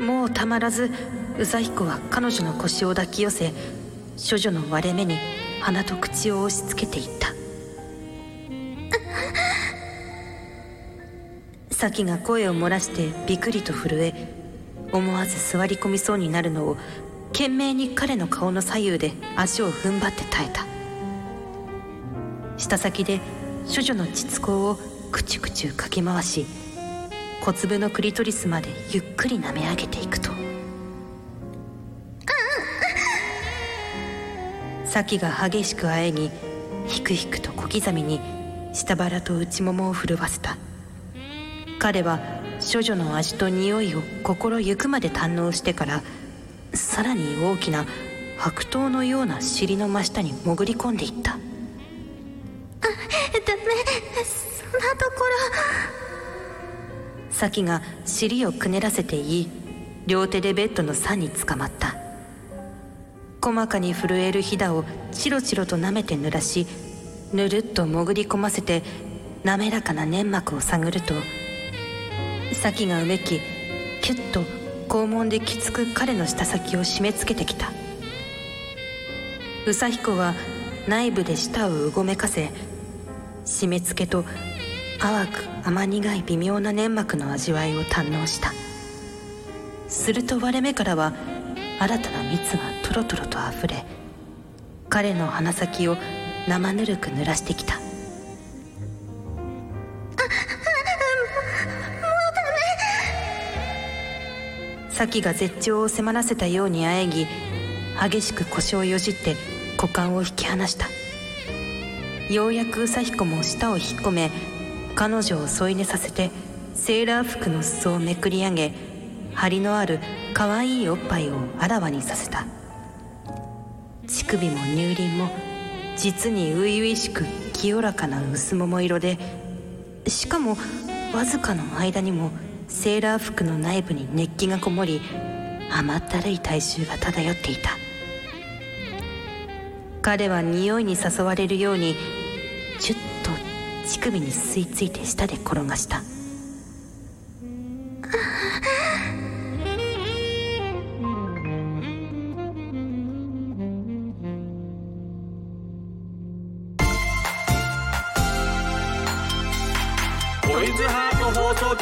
もうたまらず宇佐彦は彼女の腰を抱き寄せ処女の割れ目に鼻と口を押し付けていった咲が声を漏らしてびくりと震え思わず座り込みそうになるのを懸命に彼の顔の左右で足を踏ん張って耐えた舌先で処女の膣口をくちゅくちゅかき回し小粒のクリトリスまでゆっくり舐め上げていくと咲が激しくあえぎひくひくと小刻みに下腹と内ももを震わせた彼は処女の味と匂いを心ゆくまで堪能してからさらに大きな白桃のような尻の真下に潜り込んでいったダメそんなとこ咲が尻をくねらせて言い両手でベッドの差につかまった細かに震えるひだをチロチロと舐めて濡らしぬるっと潜り込ませて滑らかな粘膜を探ると咲がうめきキュッと肛門できつく彼の舌先を締め付けてきた宇佐彦は内部で舌をうごめかせ締め付けと淡く甘苦い微妙な粘膜の味わいを堪能したすると割れ目からは新たな蜜がトロトロと溢れ彼の鼻先を生ぬるく濡らしてきた咲が絶頂を迫らせたようにあえぎ激しく腰をよじって股間を引き離したようやく宇佐彦も舌を引っ込め彼女を添い寝させてセーラー服の裾をめくり上げ張りのある可愛いおっぱいをあらわにさせた乳首も乳輪も実に初々しく清らかな薄桃色でしかもわずかの間にもセーラー服の内部に熱気がこもり甘ったるい体臭が漂っていた彼は匂いに誘われるようにチュッと乳首に吸い付いて舌で転がしたトイズハート放送局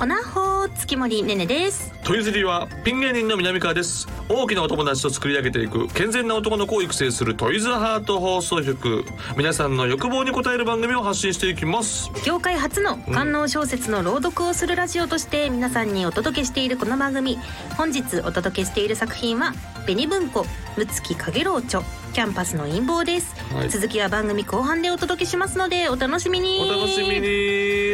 ろ粉ほ月森ねねですトイズリはピン芸人の南川です大きなお友達と作り上げていく健全な男の子を育成するトイズハート放送局皆さんの欲望に応える番組を発信していきます業界初の官能小説の朗読をするラジオとして皆さんにお届けしているこの番組本日お届けしている作品は「紅文庫六月影老著キャンパスの陰謀」です、はい続きは番組後半でお届けしますのでお楽しみにお楽しみに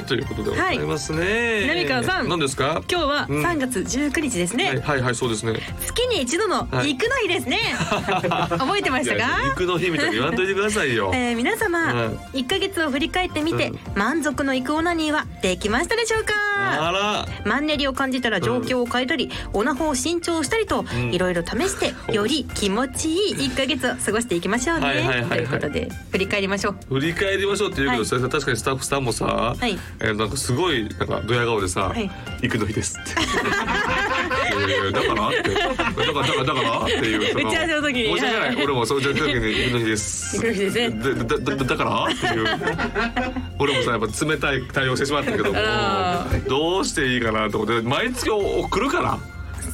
ということでございますね、南川さん何ですか今日はうん3月19日ですね、はいはいはいそうですね月に一度のはい肉の日 ですね、覚えてまいしたやか肉の日みたいに言わんといてくださいよ えー、皆様、うん一1ヶ月を振り返ってみて、うん満足のいくオナニーはできましたでしょうかあマンネリを感じたら状況を変えたり、オナホを新調したりとんいろいろ試して、ほうより気持ちいい1ヶ月を過ごしていきましょうね、はいはいはいはいということで振り返りましょう振り返りましょうって言うけどさ、確かにスタッフさんもさ、はいえーなんかすごいなんかドヤ顔でさ「はい行くの日です」って「えーだから?」って「だからだからだから?」っていうそ打ち合わせの時に申し訳ない俺もそう打ち合わせの時に「行くの日です」行くの日ですねだだだだからっていう俺もさやっぱ冷たい対応してしまったけどもあどうしていいかなと思って毎月お送るから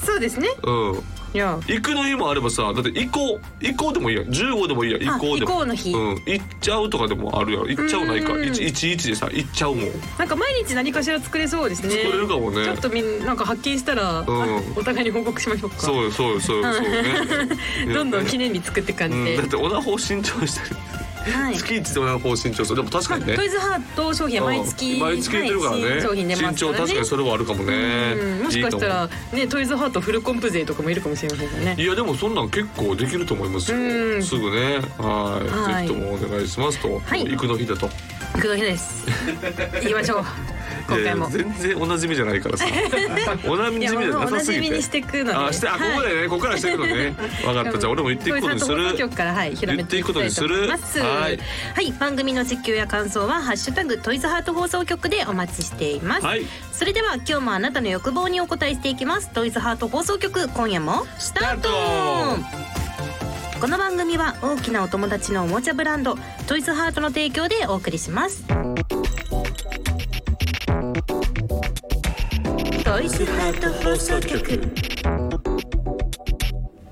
そうですねうんいや行くの日もあればさだって行こう行こうでもいいやん15でもいいやん行こうでも行こうの日うん、行っちゃうとかでもあるやん行っちゃうないかうんうん111でさ行っちゃうもんなんか毎日何かしら作れそうですね作れるかもねちょっとみんなんか発見したら、んお互いに報告しましょうか そうよそうよそうよそうよねどんどんね記念日作って感うじで、ん、だってオナホを新調したり、はい月一でオナホを新調するでも確かにねトイズハート商品は毎月、うん毎月は言ってるからね,、新商品出ます新調から確かねにそれはあるかもねうんもしかしたいいらねトイズハートフルコンプ勢とかもいるかもしれませんからとねいやでもそんなん結構できると思いますようんすぐねはいはいぜひともお願いしますと、はい行くの日だと工藤日です行きましょう今 回いやいやも全然おなじみじゃないからさおなじみじゃなさすぎいやもうお馴染みにしてくのであしてあここまでね、ここからしてくのね分かったじゃあ俺も言っていくことにすこれ佐藤放送る局からはい広めていきたいと思います。言っはていいく、番組の実況や感想はハッシュタグトイズハート放送局でお待ちしています。はいそれでは今日もあなたの欲望にお答えしていきます。トイズハート放送局今夜もスタート。この番組は大きなお友達のおもちゃブランドトイズハートの提供でお送りします。トイズハート放送局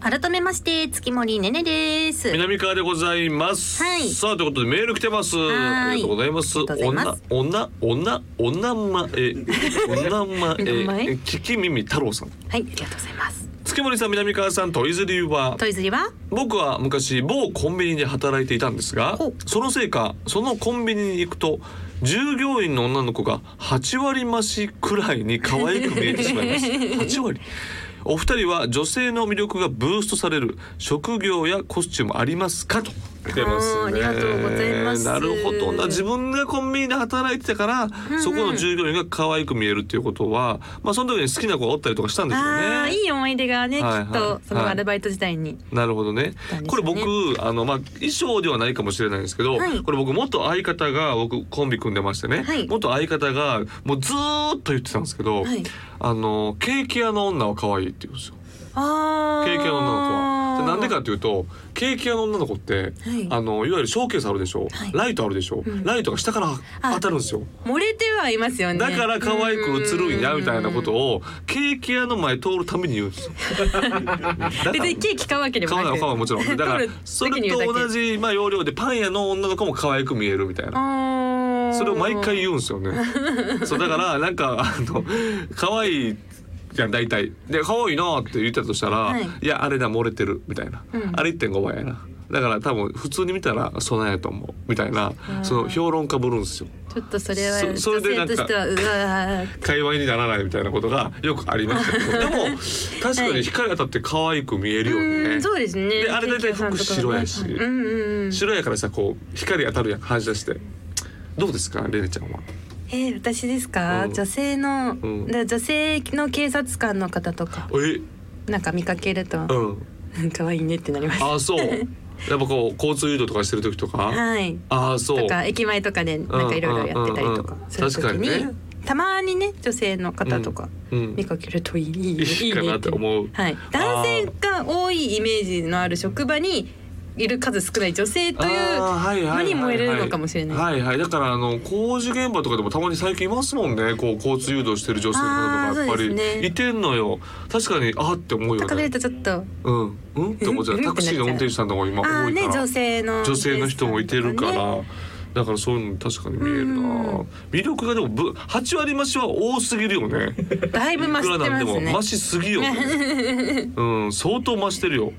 改めまして月森ねねです。南川でございます、はいさあということでメール来てますいありがとうございますありがとうございま女す女女女まえ女まえ名前聞き耳太郎さんはい、ありがとうございます。月森さん南川さんトイズリーはトイズリは僕は昔某コンビニで働いていたんですがほうそのせいかそのコンビニに行くと従業員の女の子が8割増しくらいに可愛く見えてしまいます 8割お二人は女性の魅力がブーストされる職業やコスチュームありますかと来てますねあーありがとうございますなるほどな自分がコンビニで働いてたから、そこの従業員が可愛く見えるっていうことはまあその時に好きな子がおったりとかしたんでしょうねああ、いい思い出がね、はいはいきっと、そのアルバイト時代に。なるほどねたん。ですこよれね僕あのまあ衣装ではないかもしれないんですけど、はいこれ僕元相方が僕コンビ組んでましてね、はい元相方がもうずーっと言ってたんですけど、はいあのケーキ屋の女は可愛いって言うんですよ。ああ。ケーキ屋の女の子は。でなんでか。っていうとケーキ屋の女の子って、はいあのいわゆるショーケースあるでしょ、はいライトあるでしょ、んライトが下から当たるんですよ。漏れてはいますよね。だから可愛く映るんやみたいなことを。をケーキ屋の前通るために言う んですよ。だ別にケーキ買うわけでも買わな。ないい買わないもちろ んだからそれと同じ。じまあ要領でパン屋の女の子も可愛く見えるみたいなああ。それを毎回。言うんです よねそうだからなんかあの可愛いじゃん大体で可愛いなって言ってたとしたら、はいい、やあれだ漏れてるみたいな、んあれ1.5倍やなだから多分普通に見たら備えやと思うみたいなその評論家ぶるんですよちょっとそれは。そ女それでな性んかとしては、うわー。会話にならないみたいなことがよくありましたけどでも確かに光当たって可愛く見えるよね、うん、そうですね。であれ大体服白やしケーキ屋さんとかねうんうんうん。白やからさこう光当たるやん反射してどうですかレネちゃんはえー、私ですか、うん女性の、んだ女性の警察官の方とかえなんか見かけると、うんうん、可愛いねってなります。ああそうやっぱこう交通誘導とかしてる時とかはい。ああそうとか駅前とかでなんかいろいろやってたりとかうんうんうんうんする時に、確かにねたまにね女性の方とかうんう見んかけるといい、いいねいいかなって思うはい。男性が多いイメージのある職場にいる数少ない女性というあーはいはいはいはいのに燃えるのかもしれない。はいはいだからあの工事現場とかでもたまに最近いますもんねこう交通誘導してる女性の方とかやっあーそうぱですねりいてんのよ確かにあーって思うよ高めるねとちょっとうんうんって思っちゃううんうんタクシーの運転手さんとかも今あ多ーいねから女性の女性の人もいてるから、だからそういうの確かに見えるな、うん魅力がでもぶ8割増しは多すぎるよねだいぶ増いくらしてなまんですもね。増しすぎ よねうん相当増してるよ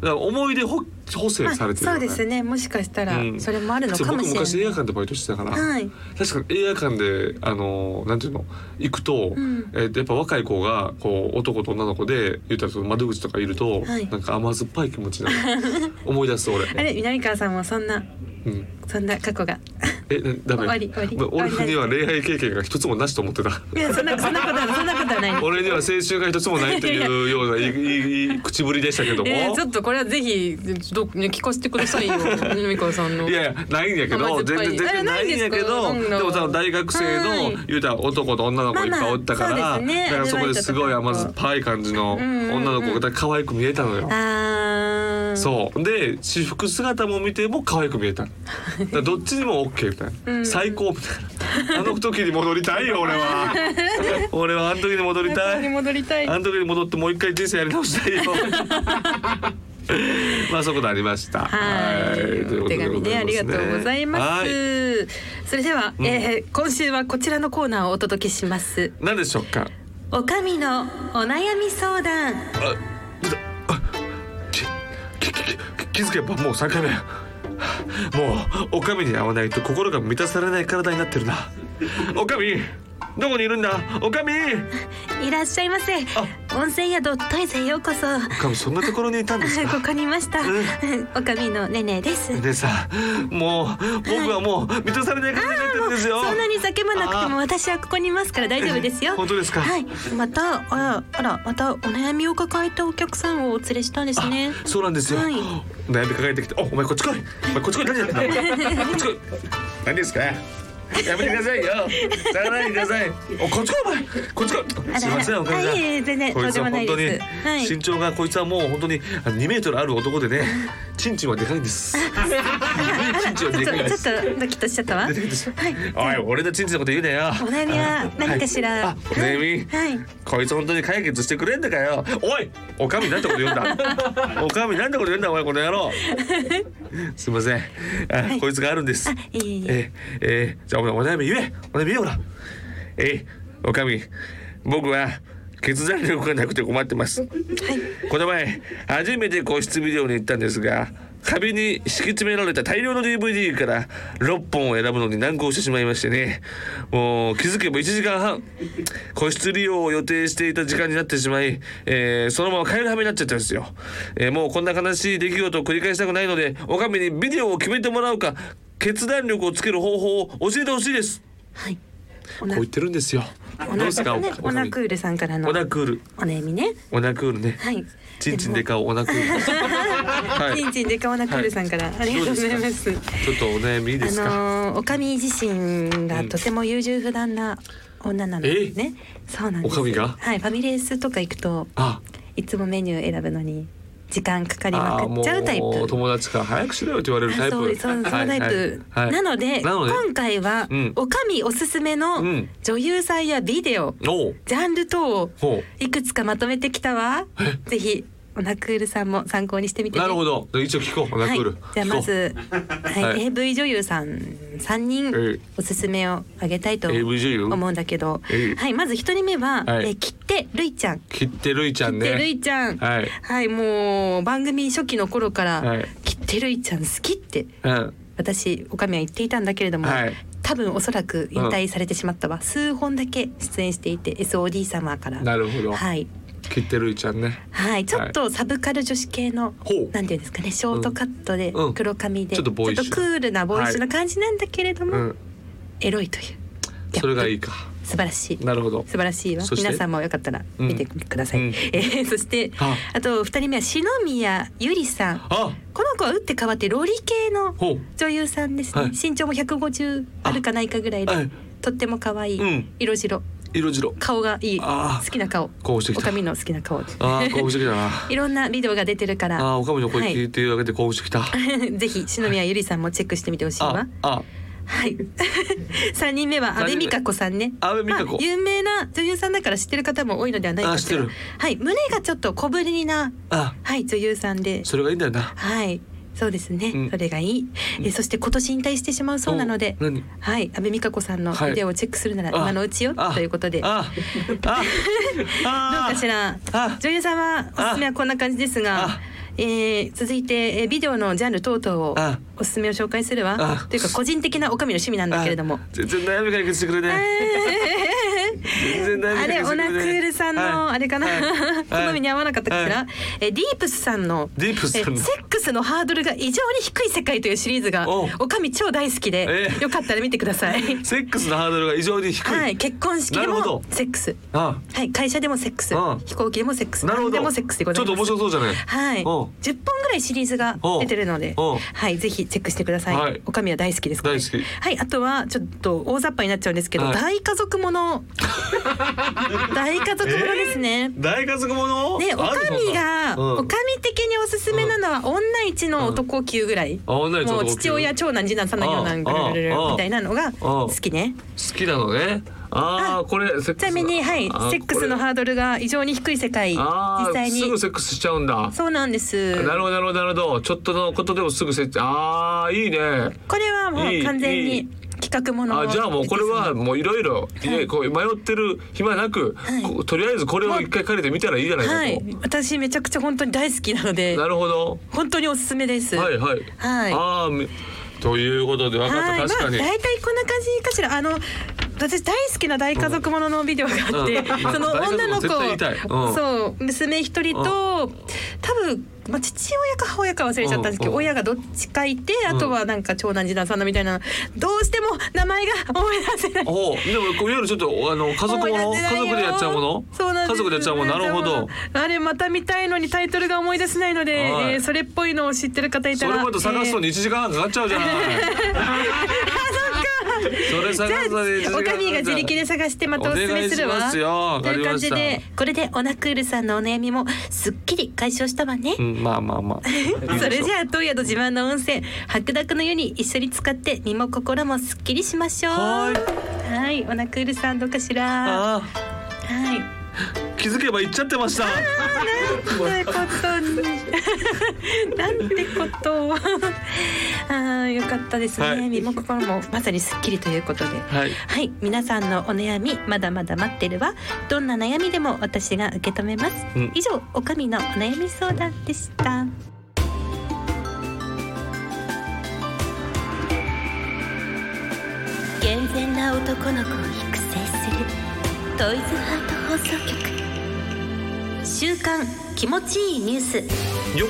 だから思い出補補正されてるまあそうよでね、すねもしかしたらうんそれもあるのかもし僕れ昔な映画い、館でバイトしてたから、はい確かに映画館であのーなんていうの行くと、んえーとやっぱ若い子がこう男と女の子で言ったらその窓口とかいると、はいなんか甘酸っぱい気持ちになる思い出す俺 あれ南川さんもそんなうんそんな過去が え、なダ終メ。わり終わりま俺には恋愛経験が一つもなしと思ってた。 いやそんなそんなことはそんなことは ない俺には青春が一つもないというようないいいいい口ぶりでしたけども。えー、ちょっとこれはぜひど、ね、聞かせてください よ南川さんのいやいやないんやけ甘酸どっぱ全い然全え然なないいんでんすやかけどどんでどんもさ大学生のはい言うたら男と女の子いっぱいおったかまあまあらそうですねだからそこアルバイトとでかすごい甘酸っぱい感じの女の子が可愛く見えたのよ。あーそうで私服姿も見ても可愛く見え ただからどっちにも OK みたいな、最高みたいなあの時に戻りたいよ俺は 俺はあの時に戻りたにい戻りたいあの時に戻ってもう一回人生やり直し たいよまあそういうことありましたはい、というおこと手でござ紙いますねでありがとうございまはす。それでは、えー今週はこちらのコーナーをお届けします。い何でしょうかおかみのお悩み相談。あ出たあきききき気づけばもう三回目もうおかみに会わないと心が満たされない体になってるなおかみどこにいるんだおかみいらっしゃいませ。あ温泉宿大勢ようこそおかみそんなところにいたんです こかこにいましたう おかみのねねですでさもう僕はもう満たされない感じになってるんです よそんなに叫ばなくても私はここにいますから大丈夫ですよ 本当ですかはいまたあらあらまたお悩みを抱えたお客さんをお連れしたんですねそうなんですよ、はい悩み抱えてきて「おお前こっち来いお前こっち来い何やってんだお前こっち来い何ですかやめてくださいよさらないでくださいおこっち来いお前こっち来あいすいらあませんらおかみさあいえいえん全然こいつとんでもはない本当にですはい身長がこいつはもう本当にあの2メートルある男でねチンチンはでかい んですチンチンはでちかいょでちすょっとドキッとしちゃったわ出てきてしおい俺のチンチンのこと言うなよお悩みは何かしらあお悩みはいこいつ本当に解決してくれんだかよおいおかみなんてこと言うん だおかみなんてこと言うんだお前この野郎すいませんあ、こいつがあるんですあいえいえええじゃあお前お悩み言えお悩み言えほらえおかみ僕は決断力がなくて困ってます、この前初めて個室ビデオに行ったんですが壁に敷き詰められた大量の DVD から6本を選ぶのに難航してしまいましてねもう気づけば1時間半個室利用を予定していた時間になってしまい、えーそのまま帰るはめになっちゃったんですよ、えーもうこんな悲しい出来事を繰り返したくないのでおかみにビデオを決めてもらうか決断力をつける方法を教えてほしいですはいおこなう言ってるんですよどうですかおねオナなクくールさんからのおなくるお悩みねおなくるねはいちんちんでかおなくるはちんいちんでかおなクールさんから、ありがとうございますどうですかちょっとお悩みいいですあかのー、おかみ自身がとても優柔不断な女なのでね、そうなんですおかみがはいファミレスとか行くとあいつもメニュー選ぶのに時間かかりあまーくもっちゃうタイプう友達から早くしろよって言われるタイあプそうそうそうはいタイプ、はいはいなのでなので今回は、うんおかみおすすめのうん女優さんやビデオ、おうジャンル等をほいくつかまとめてきたわぜひオナクールさんも参考にしてみうて、ね、なるほど一応聞こうおなはいくる、、じゃあまず、はいはい AV 女優さん3ええ人おすすめをあげたいと AV 女優思うんだけど、ええはい、まず1人目は、はいえー切ってるいちゃん。切ってるいちゃん切ってるねいちゃん、はいもう番組初期の頃から、はい切ってるいちゃん好きってうん私おかみは言っていたんだけれども、はい多分おそらく引退されてしまったわ、数本だけ出演していて SOD 様からなるほどはい切ってるいちゃんねはい、ちょっとサブカル女子系の、ほうなんていうんですかね、ショートカットでうん黒髪で、ちょっとボーイッシュクールなボーイッシュな感じなんだけれども、うんエロいという。それがいいいかや。素晴らしい。なるほど素晴らしいわそ。して皆さんもよかったら見てください。うんうんえー そしてああと二人目は篠宮ゆりさん。あこの子は打って変わってロリ系のほう女優さんですね。はい身長も150あるかないかぐらいで、はいとっても可愛い、うん色白、色白顔がいい、あ好ーきな顔、こうしてきおたかみの好きな顔。あー興奮してきたな いろんなビデオが出てるから。あーおかみの声はい聞いてるだけで興奮してきた、 ぜひ篠宮ゆりさんもチェックしてみてほしいあわ。あはい。 三人目は阿部美香子さんね。阿部美香ま子あ有名な女優さんだから知ってる方も多いのではないかしら。あ知ってるはい、胸がちょっと小ぶりなあはい女優さんで、それがいいんだよなはい。そうですね、うんそれがいい、えそして今年引退してしまうそうなのでお何はい安倍美香子さんのはいビデオをチェックするならあ今のうちよということ でどうああああかしらあ女優さんはおすすめはこんな感じですあが、えー続いて、えービデオのジャンル等々をあおすすめを紹介するわあというか個人的なおかみの趣味なんだけれど もあ全然悩み解決してくれない全然悩みあ解れ決オしてくれなナいクールさんのはいあれかな、はい好みに合わなかったかはらい、えディープスさんのディープスさんのえセックスのハードルが異常に低い世界」というシリーズがおおかみ超大好きで、ええよかったら見てください。セックスのハードルが異常に低い、はい、結婚式でなるほどもセックス、あはい、会社でもセックス、うん飛行機でもセックスなるほ何どでもセックスでごちざょいっまとす面白そうじゃないはい、10おう本ぐらいシリーズが出てるので、おうはい、ぜひチェックしてください。はいおかみは大好きですから、大好きはい、あとはちょっと大雑把になっちゃうんですけど、はい大家族もの、 大家族ものですね。大家族ものね、おかみが、おかみ的におすすめなのは、女一の男級ぐらい。あ女一のも男う級父親、長男、次男、三男、四男、ぐああるぐるああみたいなのが好きね。好きなのねああこれセックスちなみに、はい、セあーックスのこれハードルが異常に低い世界、あ実ー際にす。ぐセックスしちゃうんだそうなんです。なるほどなるほどなるほどちょっとのことでもすぐセックスああいいねこれはもいいう完全いいに企画もの。あじゃあもうこれは。もういろいろねこう迷ってる暇なく、はいこうとりあえずこれを一回借りてみたらいいじゃないかと、はい、私めちゃくちゃ本当に大好きなので、なるほど本当におすすめです。はいはい、はいああみということで分かった、はい、まあ確かに、大体こんな感じかしら。あの私大好きな大家族もののビデオがあって、うんその女の子、大家族も絶対痛いうんそう娘一人と、多分まあ父親か母親か忘れちゃったんですけど、うん親がどっちかいて、うんあとはなんか長男次男三男みたいなどうしても名前が思い出せない。おお、でもこういわゆるちょっとあの家族もの、思い出せないよ家族でやっちゃうもの、そうなんです家族でやっちゃうもの、なるほど。あれまた見たいのにタイトルが思い出せないので、はいえーそれっぽいのを知ってる方いたそられまた探すのえーに一時間半かかっちゃ うじゃない。それじゃ探すのに一時あ間おか半かかっちゃみうが自力で探してまたおすすめするおわ願いしますよわとかいりう感ましじたでこれでオナクールさんのお悩みもすっきり解消したわね、うん、まあまあまあ。いいでしょう それじゃあ当宿自慢の温泉白濁の湯に一緒に使って身も心もすっきりしましょうはーいはいオナクールさんどうかしらはあいあ、気づけば行っちゃってま した。ということになんてことをあーよかったですね、はい身も心もまさにすっきりということではい。はい皆さんのお悩みまだまだ待ってるわどんな悩みでも私が受け止めます、うん以上おかみのお悩み相談でした健全な男の子を育成するトイズハート放送局週刊気持ちいいニュースよっ。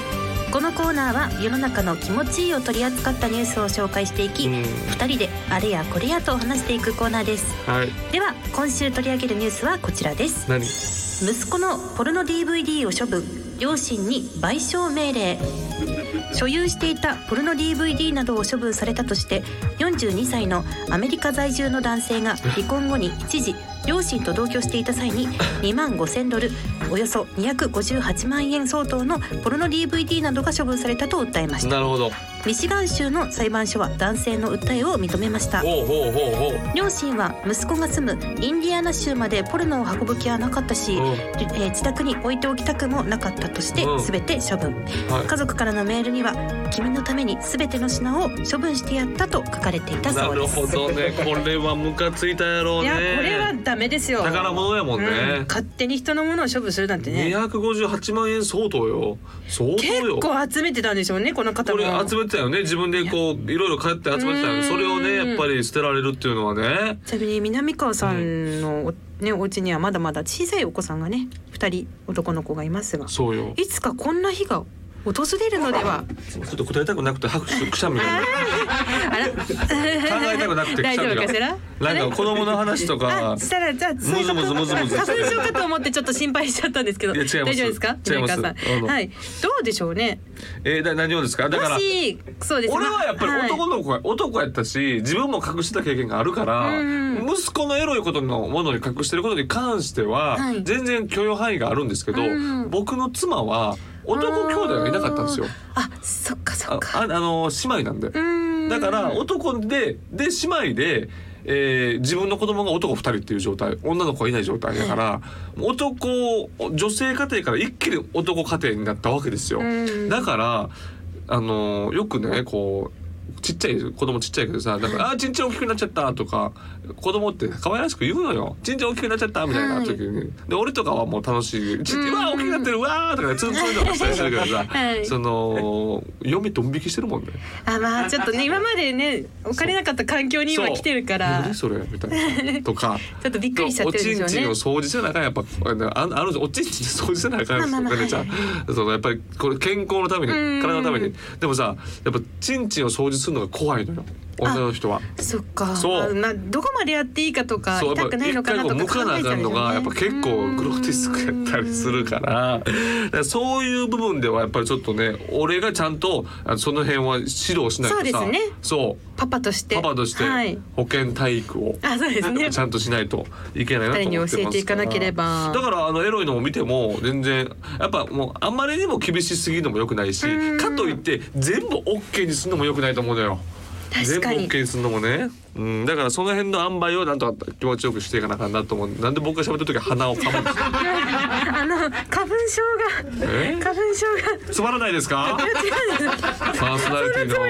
このコーナーは世の中の気持ちいいを取り扱ったニュースを紹介していき、うん2人であれやこれやと話していくコーナーですはい。では今週取り上げるニュースはこちらです何？息子のポルノ DVD を処分両親に賠償命令所有していたポルノ DVD などを処分されたとして42歳のアメリカ在住の男性が離婚後に一時両親と同居していた際に2万5,000ドルおよそ258万円相当のポルノ DVD などが処分されたと訴えましたなるほど。ミシガン州の裁判所は男性の訴えを認めましたほうほうほうほう。両親は息子が住むインディアナ州までポルノを運ぶ気はなかったし、うんえー自宅に置いておきたくもなかったとしてうん全て処分、はい家族からのメールには「君のために全ての品を処分してやった」と書かれていたなそうるですほど ね。これはムカついたやろういね。やこれはダメですよ宝物やもんうんね。勝手に人のものを処分するなんて二ね百五十八万円相当よ。相当結よ。構集めてたんでしょうねこの方こもれ集めてたよね自分でこういろいろ買って集めてたようねんそれをねやっぱり捨てられるっていうのはねちなみに南川さんのお,、ね、お家にはまだまだ小さいお子さんがね2人男の子がいますがそうよいつかこんな日が訪れるのではちょっと答えたくなくて拍手くしゃみ があら考ええたくなく て大丈夫かしらなんか子供の話とかあしたらじゃあズムズムズムズム花粉症かと思ってちょっと心配しちゃったんですけどいや違います大丈夫ですか違います皆あさんのはいどうでしょうねえーだ何をですかだからもしそうですね俺はやっぱり男はの子が、男やったし自分も隠してた経験があるから、うん息子のエロいことのものに隠してることに関しては、はい全然許容範囲があるんですけど、うん僕の妻は男兄弟がいなかったんですよ。あそっかそあっかああの姉妹なんで。うーんだから男でで姉妹で、えー自分の子供が男2人っていう状態女の子がいない状態だから、男女性家庭から一気に男家庭になったわけですよ。うんだからあのよくねこうちっちゃい子供ちっちゃいけどさ「なんかあーちんちん大きくなっちゃった」とか子供って可愛らしく言うのよ「ちんちん大きくなっちゃった」みたいな時に、で俺とかはもう楽しい「ちんちんうわー大きくなってるうわー」とかねツンツンとかしたりするけどさ、はいその嫁ドン引きしてるもんね。あまあちょっとね今までね置かれなかった環境に今そう来てるから何ちそれみたいなとかょっとびっくりしちゃってるでしょおちんちんうをね掃除せなあかんやっぱああのおちんちん掃除せなあかんやまあまあまあお金ちゃんそのやっぱりこれ健康のためにうん体のためにでもさやっぱちんちんを掃除するのが怖いのよ女の人は。そっかそうまあどこまでやっていいかとかそうや痛っぱくない一のか回なことうか向かなあ考えちかゃうんよのねがやっぱ結構グロテスクやったりするからだからそういう部分ではやっぱりちょっとね俺がちゃんとあその辺は指導しないとさそうですねそパパとしてうパパとしてはい保健体育をあそうですねちゃんとしないといけないなと思ってます二人に教えていかなければだからあのエロいのを見ても全然やっぱもうあんまりにも厳しすぎるのも良くないしうんかといって全部 OK にするのも良くないと思うのよ。全確部かに OK にするのもね、うん、だからその辺の塩梅をなんとか気持ちよくしていかなあかんなと思うなんで僕が喋ってる時は鼻をか むんですかあの花粉症がえ花粉症がつまらないですかパーソナリティのパ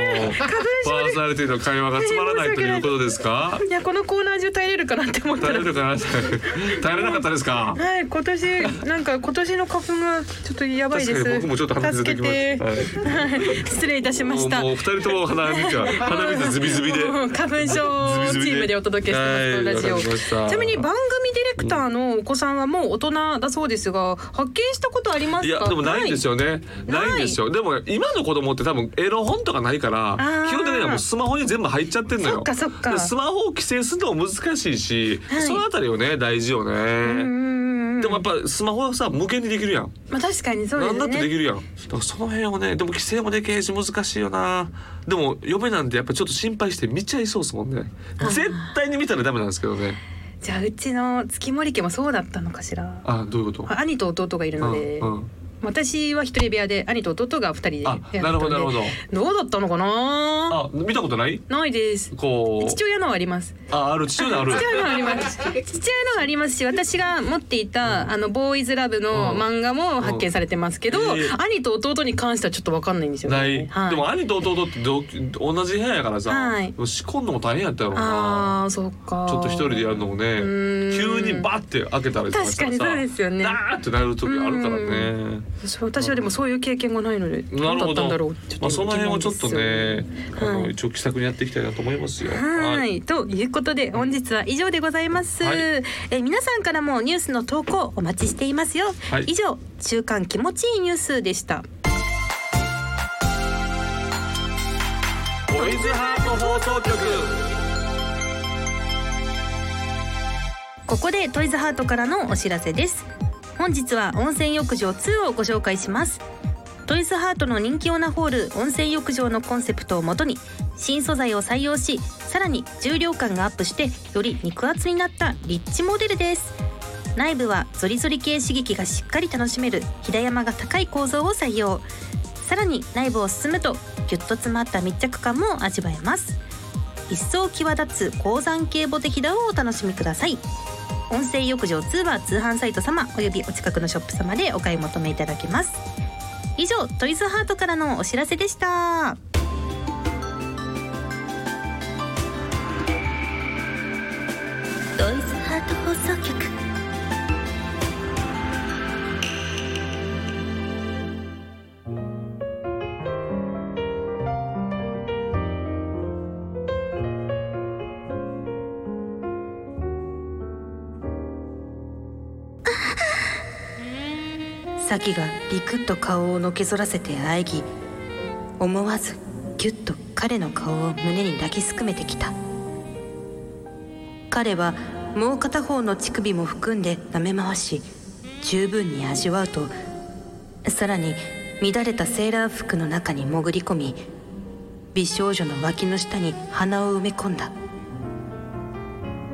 ーソナリティの会話がつまらないということで すかいやこのコーナー中耐えれるかなって思った耐えられるかな耐えれなかったですかはい今年なんか今年の花粉がちょっとやばいです確かに僕もちょっと鼻水助出てけきまて、したはい失礼いたしまもしうた もう二人とも鼻水が鼻水ズビズビでもう花粉症ズチビズビームでお届けしてます、このラジはオいわかりましたちなみに番組ディレクターのお子さんはもう大人だそうですが発見したことありますかいやでもないんですよよねないないんですよでも今の子供って多分エロ本とかないからー基本的にはもうスマホに全部入っちゃってんのよそっかそっかでスマホを規制するのも難しいし、はいそのあたりをね大事よね、でもやっぱスマホはさ無限にできるやん、まあ確かにそうです何ねだってできるやんだからその辺をねでも規制もできへんし難しいよなでも嫁なんてやっぱちょっと心配して見ちゃいそうですもんね絶対に見たらダメなんですけどねじゃあうちの月森家もそうだったのかしらあどういうことあ兄と弟がいるので、うんうん、私は一人部屋で兄と弟が二人で部屋あだったのでなるほどなるほどどうだったのかなあ見たことないないですこう父親のはありますあある父親のある父親のはあります父親のはありますし私が持っていたあのボーイズラブのうん漫画も発見されてますけど、うんええ兄と弟に関してはちょっとわかんないんですよねない、はい、でも兄と弟って同同じ部屋やからさ、はいでも仕込んのも大変やったやろうなあーそっかちょっと一人でやるのもねーん急にバッて開けたりとかしたらさ確かにそうですよねダーってなる時あるからねそう私はでもそういう経験がないのでなどうるだほったんどだろうまあ、その辺をちょっとね、あはのい一応気さくにやっていきたいなと思いますよはい、ということで本日は以上でございます、はいえー皆さんからもニュースの投稿お待ちしていますよ、はい以上週刊気持ちいいニュースでしたボイズハート放送局ここでトイズハートからのお知らせです本日は温泉浴場2をご紹介しますトイズハートの人気オナホール温泉浴場のコンセプトをもとに新素材を採用しさらに重量感がアップしてより肉厚になったリッチモデルです内部はゾリゾリ系刺激がしっかり楽しめる平山が高い構造を採用さらに内部を進むとギュッと詰まった密着感も味わえます一層際立つ鉱山系ボテヒダをお楽しみください音声浴場2は通販サイト様およびお近くのショップ様でお買い求めいただけます以上トイズハートからのお知らせでしたドイツハート放送局サキがビクッと顔をのけぞらせて喘ぎ思わずギュッと彼の顔を胸に抱きすくめてきた彼はもう片方の乳首も含んで舐め回し十分に味わうとさらに乱れたセーラー服の中に潜り込み美少女の脇の下に鼻を埋め込んだ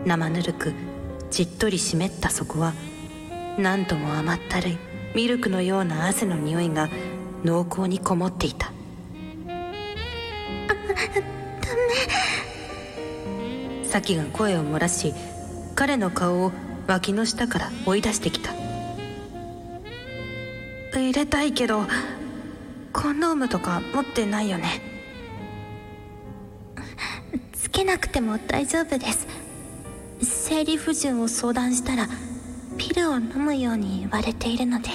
生ぬるくじっとり湿ったそこは何とも甘ったるいミルクのような汗の匂いが濃厚にこもっていたサキが声を漏らし彼の顔を脇の下から追い出してきた入れたいけどコンドームとか持ってないよねつけなくても大丈夫です生理不順を相談したらピルを飲むように言われているので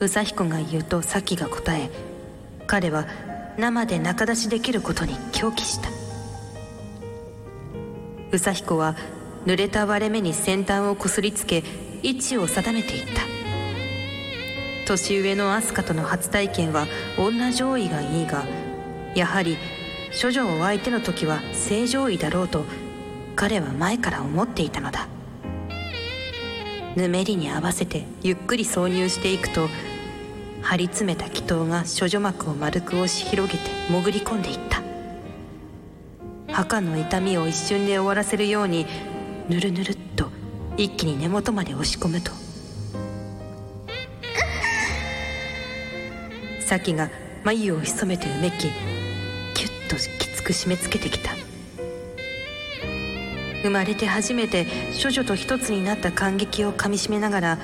宇佐彦が言うとサキが答え彼は生で仲出しできることに狂気した宇佐彦は濡れた割れ目に先端をこすりつけ位置を定めていった年上のアスカとの初体験は女上位がいいがやはり処女を相手の時は正常位だろうと彼は前から思っていたのだぬめりに合わせてゆっくり挿入していくと張り詰めた気筒が処女膜を丸く押し広げて潜り込んでいった墓の痛みを一瞬で終わらせるようにぬるぬるっと一気に根元まで押し込むとサキが眉を潜めてうめきキュッときつく締め付けてきた生まれて初めて処女と一つになった感激をかみしめながら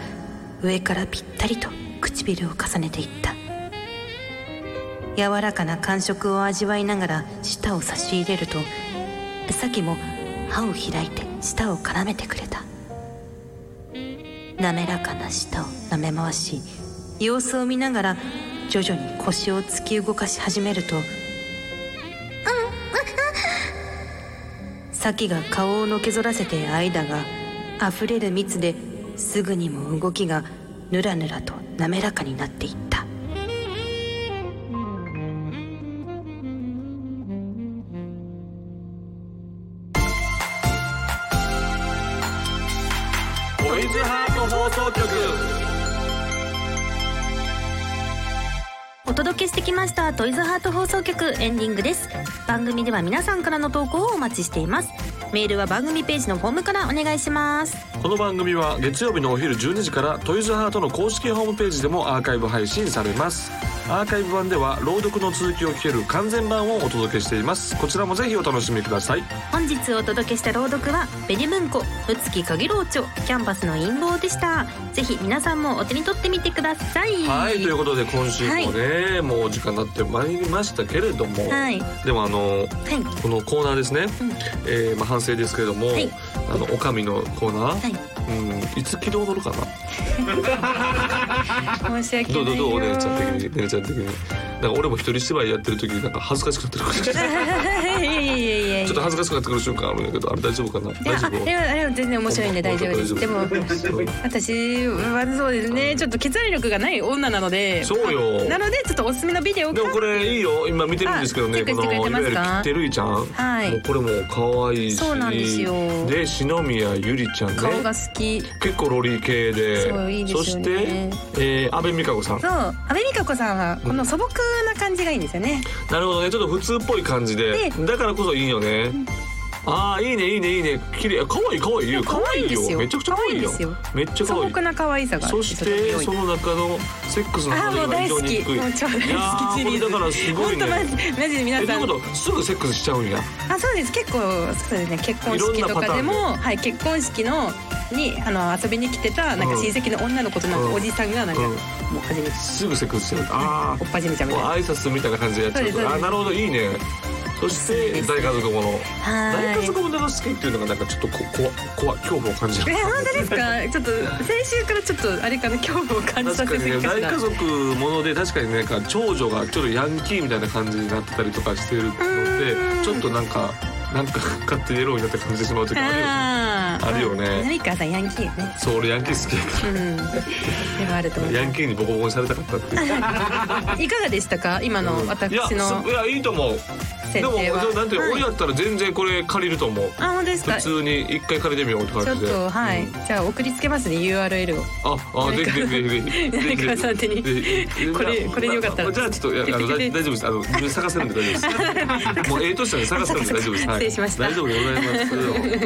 上からぴったりと唇を重ねていった柔らかな感触を味わいながら舌を差し入れるとサキも歯を開いて舌を絡めてくれた滑らかな舌を舐め回し様子を見ながら徐々に腰を突き動かし始めると先が顔をのけぞらせて間が溢れる蜜ですぐにも動きがぬらぬらと滑らかになっていったトイズハート放送局お届けしてきましたトイズハート放送局エンディングです番組では皆さんからの投稿をお待ちしていますメールは番組ページのフォームからお願いしますこの番組は月曜日のお昼12時からトイズハートの公式ホームページでもアーカイブ配信されますアーカイブ版では朗読の続きを聞ける完全版をお届けしていますこちらもぜひお楽しみください本日お届けした朗読はベニ文庫むつきかげろうちょキャンパスの陰謀でしたぜひ皆さんもお手に取ってみてくださいはいということで今週もね、もうお時間になってまいりましたけれども、はいでもあのはいこのコーナーですね、うんえーまあ、反省ですけれども、いあのおかみのコーナー、はいうんいつ起動乗るかな申し訳どうなどういどうおよ姉ちゃん的に姉ちゃん的になんか俺も一人芝居やってる時になんか恥ずかしくなってる感じちょいやいやいやいやいやっと恥ずかしくなってくる瞬間あるんだけどあれ大丈夫かないや大丈あ夫れはあれは全然面白いんで大丈夫ですでもうん私はそうですねちょっと決断力がない女なのでそうよなのでちょっとおすすめのビデオでかもこれいいよ今見てるんですけどねあチェこックしてくれのていまわすゆかる切ってるいちゃん、はいもうこれも可愛いしそうなんですよで篠宮ゆりちゃんね顔が好き結構ロリー系でそういいですよねそして、えー、安倍美香子さんそう阿部美香子さんはこの素朴な感じがいいんですよねなるほどねちょっと普通っぽい感じででだからこそいいよねああいいねいいねいいね綺麗可愛い可愛いよ可愛いんですよめちゃくちゃ可愛いよ可愛いんですよめっちゃ可素愛い朴な可愛さがそしてその中のセックスのああハもードうルが大非好常にき低いもう超大いや好きーシこリれーズだからすご本い当ねマジマジで皆えといさうんことすぐセックスしちゃうんやあそうです結構そうですね結婚式とかでいろもはい結婚式のにあの遊びに来てたなんか親戚の女の子となんうんかおじさんがなんか、うんもう初めてすぐセックスしちゃうあおっぱじめちゃあみもうたいな挨拶みたいな感じでやっちゃうそうですそうですあーなるほどいいねそして大家族もの大家族ものが好きっていうのがなんかちょっとこ怖怖恐怖を感じるえ本当ですかちょっと先週からちょっとあれかな恐怖を感じさせ確かすにぎねかし大ら家族もので確かにねなんか長女がちょっとヤンキーみたいな感じになってたりとかしてるのでうんちょっとなんかなんか勝手にエロいなって感じてしまう時もあるよねあーあるよね成川さんヤンキーよねそう俺ヤンキー好きやかうんでもあると思らうヤンキーにボコボコにされたかったっていういかがでしたか今のいや私のすいやいいと思うで設も定はなんて俺やったら全然これ借りると思うあ本当ですか普ち通に一回借りてみようってょ感っじでとはい、うんじゃあ送りつけますね URL をああぜひぜひぜひぜひぜひ誰かさん手にぜひこれこれでよかったらじゃあちょっといやあのだ大丈夫ですあの探せるんで大丈夫 ですもうええとしたんで探せるんで大丈夫です、失礼しました大丈夫でございます本当に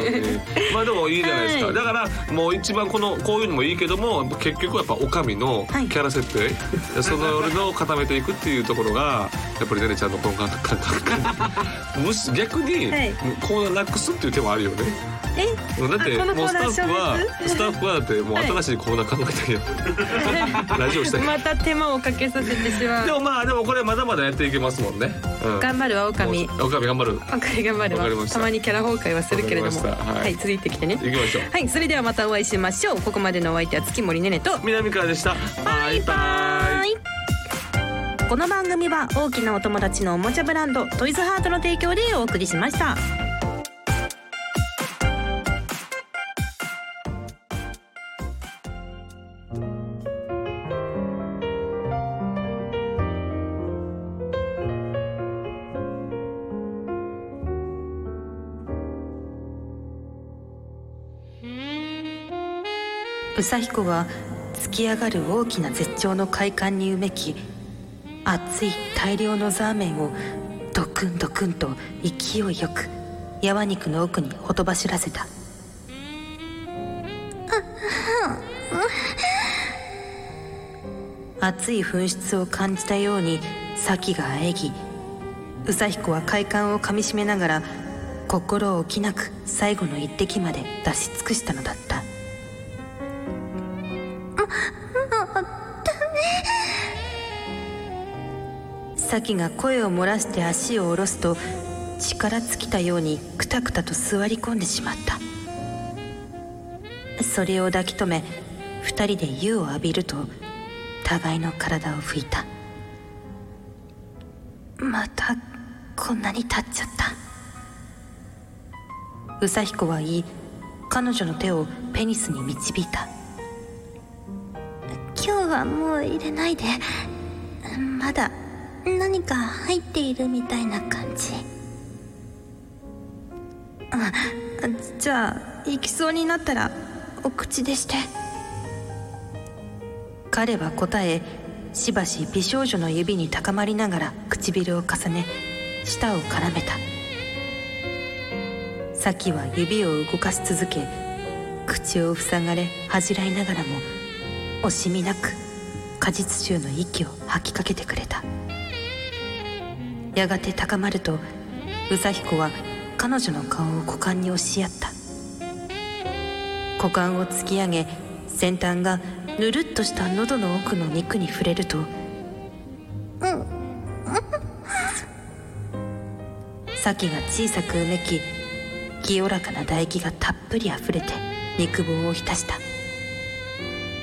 まあでもいいじゃないですか、はいだからもう一番このこういうのもいいけども結局やっぱおかみのキはいャラ設定、その俺の固めていくっていうところがやっぱりねねちゃんのこの感覚 むし逆に、はいこうなくすっていう手もあるよねえ だってあこのコもうースナターッフは消滅スタッフはだってもう新しいコーナー考えて るよラジオしたいまた手間をかけさせてしまでうもまあでもこれまだまだやっていけますもんね。うん、頑張るわ狼おかみ頑張る。狼頑張るわかりまわしたたまにキャラ崩壊はするけれどもわかりましたは、はいい続いてきてね行きましょう。はいそれではまたお会いしましょうここまでのお相手は月森ねねと南川でした。バイバイ。この番組は大きなお友達のおもちゃブランドトイズハートの提供でお送りしました宇佐彦は突き上がる大きな絶頂の快感にうめき熱い大量のザーメンをドクンドクンと勢いよく柔肉の奥にほとばしらせた熱い噴出を感じたように先があえぎ宇佐彦は快感をかみしめながら心置きなく最後の一滴まで出し尽くしたのだったサキが声を漏らして足を下ろすと力尽きたようにくたくたと座り込んでしまったそれを抱き止め二人で湯を浴びると互いの体を拭いたまたこんなに経っちゃった宇佐彦は言い彼女の手をペニスに導いた今日はもう入れないでまだ何か入っているみたいな感じあじゃあ行きそうになったらお口でして彼は答えしばし美少女の指に高まりながら唇を重ね舌を絡めたサキは指を動かし続け口を塞がれ恥じらいながらも惜しみなく果実臭の息を吐きかけてくれたやがて高まると宇佐彦は彼女の顔を股間に押し合った股間を突き上げ先端がぬるっとした喉の奥の肉に触れるとサキが小さくうめき清らかな唾液がたっぷり溢れて肉棒を浸した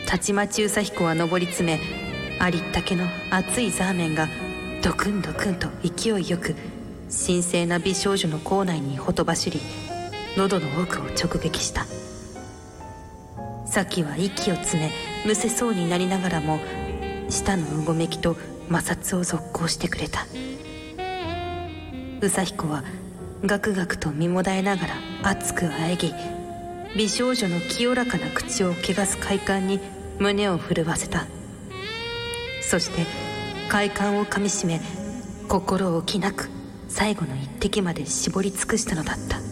たちまち宇佐彦は上り詰めありったけの熱いザーメンがドクンドクンと勢いよく神聖な美少女の口内にほとばしり喉の奥を直撃したサキは息を詰めむせそうになりながらも舌のうごめきと摩擦を続行してくれた宇佐彦はガクガクと身もだえながら熱くあえぎ美少女の清らかな口を汚す快感に胸を震わせたそして快感をかみしめ心置きなく最後の一滴まで絞り尽くしたのだった